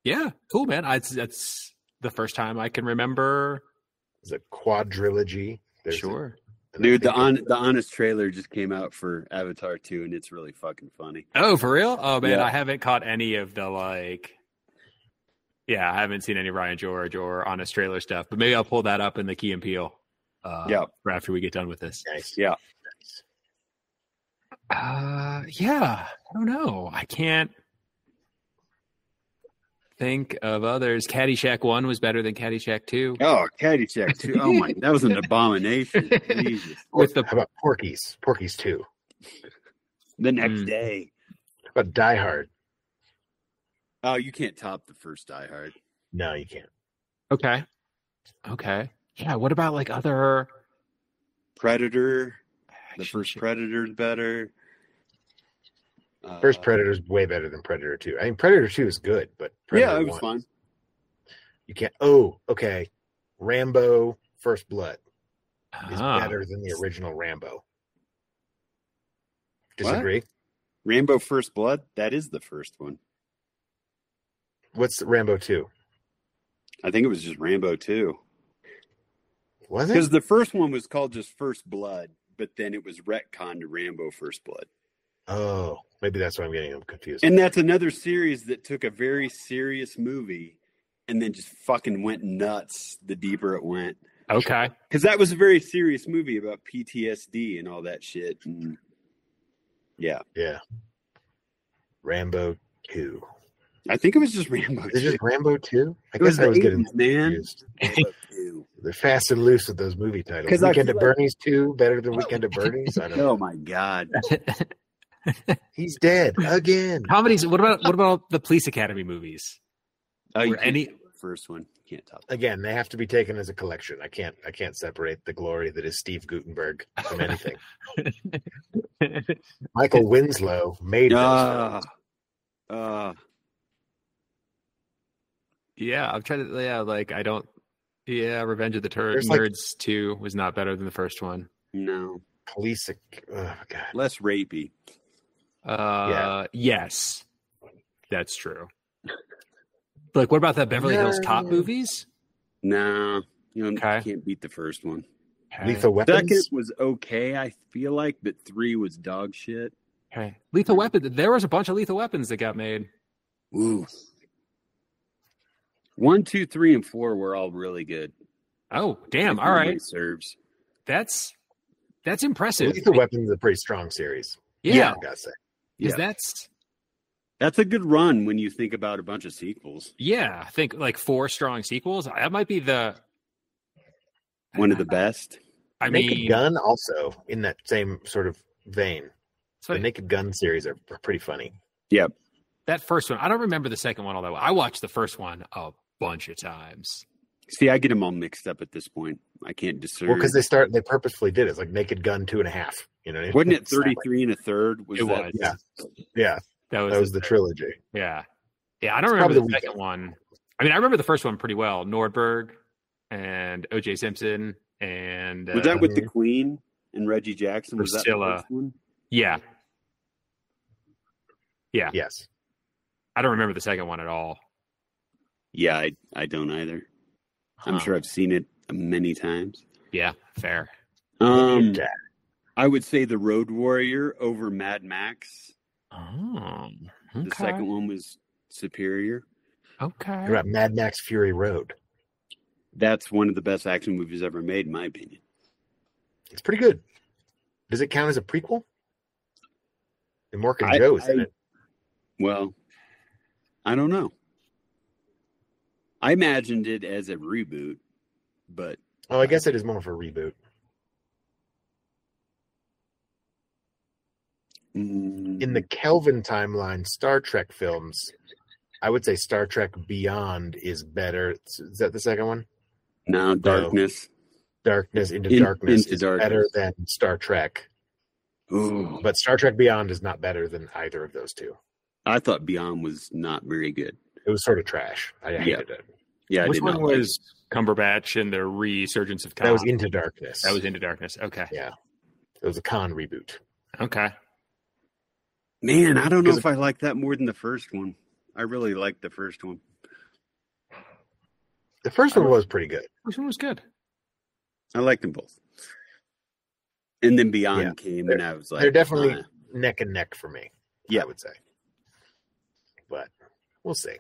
[SPEAKER 4] Yeah. Cool, man. I, that's
[SPEAKER 6] the first time I can remember.
[SPEAKER 2] It's a quadrilogy. There's a-
[SPEAKER 6] sure.
[SPEAKER 2] and I
[SPEAKER 3] Dude, the
[SPEAKER 2] think
[SPEAKER 3] on the honest trailer just came out for Avatar 2 and it's really fucking funny.
[SPEAKER 6] Oh, for real? Oh man,
[SPEAKER 3] Yeah.
[SPEAKER 6] I haven't caught any of the like. Yeah, I haven't seen any Ryan George or Honest Trailer stuff, but maybe I'll pull that up in the Key and Peele. Uh,
[SPEAKER 3] Yeah.
[SPEAKER 6] for after we get done with this.
[SPEAKER 2] Nice.
[SPEAKER 3] Yeah.
[SPEAKER 2] Nice.
[SPEAKER 6] Uh, yeah, I don't know. I can't think of others. Caddyshack One was better than Caddyshack Two.
[SPEAKER 3] Oh, Caddyshack 2. Oh my, that [laughs] was an abomination. Jesus.
[SPEAKER 6] With the
[SPEAKER 2] How about Porky's? Porky's too.
[SPEAKER 3] The next
[SPEAKER 6] Mm.
[SPEAKER 3] day.
[SPEAKER 2] How about Die Hard?
[SPEAKER 3] Oh, you can't top the first Die Hard.
[SPEAKER 2] No, you can't.
[SPEAKER 6] okay, okay, yeah. What about like other?
[SPEAKER 3] Predator. The
[SPEAKER 6] action
[SPEAKER 3] first
[SPEAKER 6] shit?
[SPEAKER 3] Predator's better.
[SPEAKER 2] First
[SPEAKER 3] Uh,
[SPEAKER 2] Predator's way better than Predator Two. I mean, Predator Two is good, but Predator
[SPEAKER 3] Yeah, it
[SPEAKER 2] 1
[SPEAKER 3] was fun.
[SPEAKER 2] You can't. Oh, okay. Rambo: First Blood is
[SPEAKER 6] Ah.
[SPEAKER 2] better than the original Rambo. Disagree?
[SPEAKER 3] Rambo First Blood. That is the first one.
[SPEAKER 2] What's Rambo Two?
[SPEAKER 3] I think it was just Rambo 2.
[SPEAKER 2] Was
[SPEAKER 3] Because
[SPEAKER 2] it?
[SPEAKER 3] the first one was called just First Blood, but then it was retconned to Rambo First Blood.
[SPEAKER 2] Oh, maybe that's why I'm getting them confused.
[SPEAKER 3] And that's another series that took a very serious movie and then just fucking went nuts the deeper it went.
[SPEAKER 6] Okay.
[SPEAKER 3] Because that was a very serious movie about PTSD and all that shit. And yeah.
[SPEAKER 2] yeah. Rambo Two.
[SPEAKER 3] I think it was just Rambo.
[SPEAKER 2] Is it
[SPEAKER 3] two.
[SPEAKER 2] just Rambo Two? I
[SPEAKER 3] It was
[SPEAKER 2] guess I
[SPEAKER 3] the
[SPEAKER 2] was
[SPEAKER 3] 80s,
[SPEAKER 2] getting
[SPEAKER 3] man.
[SPEAKER 2] confused.
[SPEAKER 3] Rambo two.
[SPEAKER 2] They're fast and loose with those movie titles.
[SPEAKER 3] 'Cause I
[SPEAKER 2] Weekend
[SPEAKER 3] feel
[SPEAKER 2] at
[SPEAKER 3] like-
[SPEAKER 2] Bernie's Two better than Weekend at Bernie's.
[SPEAKER 3] [laughs]
[SPEAKER 2] I don't know.
[SPEAKER 3] Oh my God.
[SPEAKER 6] [laughs]
[SPEAKER 2] He's
[SPEAKER 3] [laughs]
[SPEAKER 2] dead again.
[SPEAKER 6] Comedies. What about what about the Police Academy movies?
[SPEAKER 2] Uh,
[SPEAKER 3] Oh, you
[SPEAKER 6] Were
[SPEAKER 3] can't
[SPEAKER 6] any-
[SPEAKER 3] top the first one. You can't top that.
[SPEAKER 2] again they have to be taken as a collection i can't i can't separate the glory that is steve gutenberg from
[SPEAKER 3] [laughs]
[SPEAKER 2] anything michael winslow made those
[SPEAKER 3] Ah.
[SPEAKER 2] films.
[SPEAKER 3] Ah.
[SPEAKER 6] Yeah, I'm trying to. Yeah, like I don't. Yeah, Revenge of the Tur-
[SPEAKER 2] There's,
[SPEAKER 6] Nerds
[SPEAKER 2] like-
[SPEAKER 6] two was not better than the first one.
[SPEAKER 3] no.
[SPEAKER 2] police ac- oh god
[SPEAKER 3] Less rapey.
[SPEAKER 6] Uh, yes, that's true. Like, what about the Beverly Hills Cop
[SPEAKER 2] Yeah.
[SPEAKER 6] movies?
[SPEAKER 3] No. You know,
[SPEAKER 6] Okay.
[SPEAKER 3] can't beat the first one. Uh,
[SPEAKER 2] lethal weapons
[SPEAKER 3] Second was okay, I feel like, but three was dog shit.
[SPEAKER 6] Okay. Lethal Weapon. There was a bunch of Lethal Weapons that got made.
[SPEAKER 3] Ooh. One, two, three, and four were all really good.
[SPEAKER 6] Oh, damn!
[SPEAKER 3] If
[SPEAKER 6] All
[SPEAKER 3] memory
[SPEAKER 6] right,
[SPEAKER 3] Serves.
[SPEAKER 6] that's that's impressive.
[SPEAKER 2] lethal weapons is a pretty strong series
[SPEAKER 6] Yeah,
[SPEAKER 3] yeah.
[SPEAKER 2] i gotta say
[SPEAKER 6] 'cause
[SPEAKER 3] Yeah.
[SPEAKER 6] that's
[SPEAKER 3] That's a good run when you think about a bunch of sequels.
[SPEAKER 6] yeah. I think like four strong sequels. That might be the.
[SPEAKER 3] One of the best.
[SPEAKER 6] I
[SPEAKER 2] naked
[SPEAKER 6] mean,
[SPEAKER 2] gun also in that same sort of vein
[SPEAKER 6] it's
[SPEAKER 2] the
[SPEAKER 6] like-
[SPEAKER 2] naked gun series are are pretty funny
[SPEAKER 6] that first one. I don't remember the second one all that well. I watched the first one a bunch of times.
[SPEAKER 3] See, I get them all mixed up at this point. I can't discern.
[SPEAKER 2] well because they start they purposefully did it. it's like naked gun two and a half you know [laughs] what I mean?
[SPEAKER 3] Wasn't it
[SPEAKER 2] It's not like-
[SPEAKER 3] 33 and a third? Was
[SPEAKER 6] It
[SPEAKER 3] that-
[SPEAKER 6] was.
[SPEAKER 2] yeah yeah
[SPEAKER 6] That was,
[SPEAKER 2] that was the trilogy
[SPEAKER 6] yeah, yeah. I don't
[SPEAKER 2] Oh. It's
[SPEAKER 6] remember
[SPEAKER 2] probably
[SPEAKER 6] the
[SPEAKER 2] the
[SPEAKER 6] second
[SPEAKER 2] weekend.
[SPEAKER 6] one. I mean, I remember the first one pretty well. Nordberg and O.J. Simpson and uh,
[SPEAKER 3] Was that with the Queen and Reggie Jackson? Was that
[SPEAKER 6] Priscilla.
[SPEAKER 3] the first one?
[SPEAKER 6] yeah.
[SPEAKER 2] yes
[SPEAKER 6] I don't remember the second one at all.
[SPEAKER 3] Yeah, I, I don't either. I'm
[SPEAKER 6] Huh.
[SPEAKER 3] sure I've seen it many times.
[SPEAKER 6] Yeah, fair.
[SPEAKER 3] Um,
[SPEAKER 2] Dad.
[SPEAKER 3] I would say the Road Warrior over Mad Max.
[SPEAKER 6] Oh,
[SPEAKER 3] The second one was superior.
[SPEAKER 6] Okay.
[SPEAKER 2] What about mad max fury road
[SPEAKER 3] That's one of the best action movies ever made, in my opinion.
[SPEAKER 2] It's pretty good. Does it count as a prequel? And Mark and
[SPEAKER 3] I-
[SPEAKER 2] Joe is in
[SPEAKER 3] I-
[SPEAKER 2] it.
[SPEAKER 3] Well, I don't know. I imagined it as a reboot, but
[SPEAKER 2] Oh, I guess it is more of a reboot.
[SPEAKER 3] mm,
[SPEAKER 2] In the Kelvin timeline, Star Trek films, I would say Star Trek Beyond is better. Is that the second one?
[SPEAKER 3] now darkness.
[SPEAKER 2] Darkness into
[SPEAKER 3] In-
[SPEAKER 2] Darkness
[SPEAKER 3] Into
[SPEAKER 2] is better
[SPEAKER 3] Darkness.
[SPEAKER 2] than Star Trek,
[SPEAKER 3] Ooh.
[SPEAKER 2] but Star Trek Beyond is not better than either of those two.
[SPEAKER 3] I thought Beyond was not very good.
[SPEAKER 2] It was sort of trash. I hated
[SPEAKER 3] Yeah.
[SPEAKER 2] it.
[SPEAKER 3] Yeah, I
[SPEAKER 6] Which
[SPEAKER 3] did
[SPEAKER 6] one
[SPEAKER 3] not like
[SPEAKER 6] was Cumberbatch and the resurgence of Khan?
[SPEAKER 2] That was Into Darkness.
[SPEAKER 6] that was Into Darkness. Okay.
[SPEAKER 2] yeah. It was a con reboot.
[SPEAKER 6] Okay.
[SPEAKER 3] it. man. I don't know
[SPEAKER 2] 'Cause-
[SPEAKER 3] if I like that more than the first one. I really liked the first one.
[SPEAKER 2] The first one was pretty good.
[SPEAKER 6] Which one was good?
[SPEAKER 3] I liked them both. And then Beyond came, and I was like,
[SPEAKER 2] they're definitely-
[SPEAKER 3] "Huh."
[SPEAKER 2] Neck and neck for me.
[SPEAKER 3] Yeah.
[SPEAKER 2] I would say. But we'll see.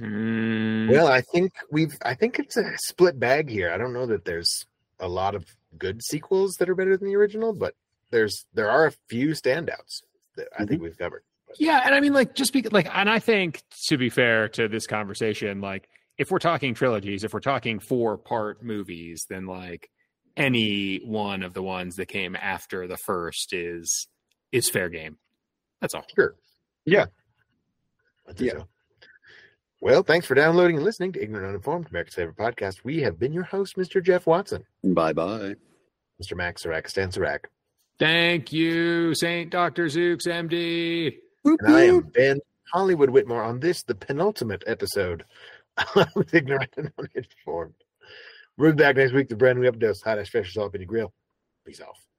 [SPEAKER 6] Mm,
[SPEAKER 2] Well, I think we've. I think it's a split bag here. I don't know that there's a lot of good sequels that are better than the original, but there's there are a few standouts that I think we've covered.
[SPEAKER 6] Yeah, and I mean, like, just because, like, and I think to be fair to this conversation, like, if we're talking trilogies, if we're talking four-part movies, then like any one of the ones that came after the first is is fair game. That's all.
[SPEAKER 2] Sure. Yeah. I think
[SPEAKER 3] Yeah.
[SPEAKER 2] so. Well, thanks for downloading and listening to Ignorant Uninformed, America's favorite podcast. We have been your host, Mr. Jeff Watson,
[SPEAKER 3] Bye bye.
[SPEAKER 2] Mr. Max Sarak, Stan Sarak,
[SPEAKER 6] Thank you, Saint Doctor Zooks, MD.
[SPEAKER 2] and I am Ben Hollywood Whitmore on this, the penultimate episode [laughs] of Ignorant and Uninformed. We'll be back next week to brand new episode, Hot Ash Fresh Salt in Grill. Peace off.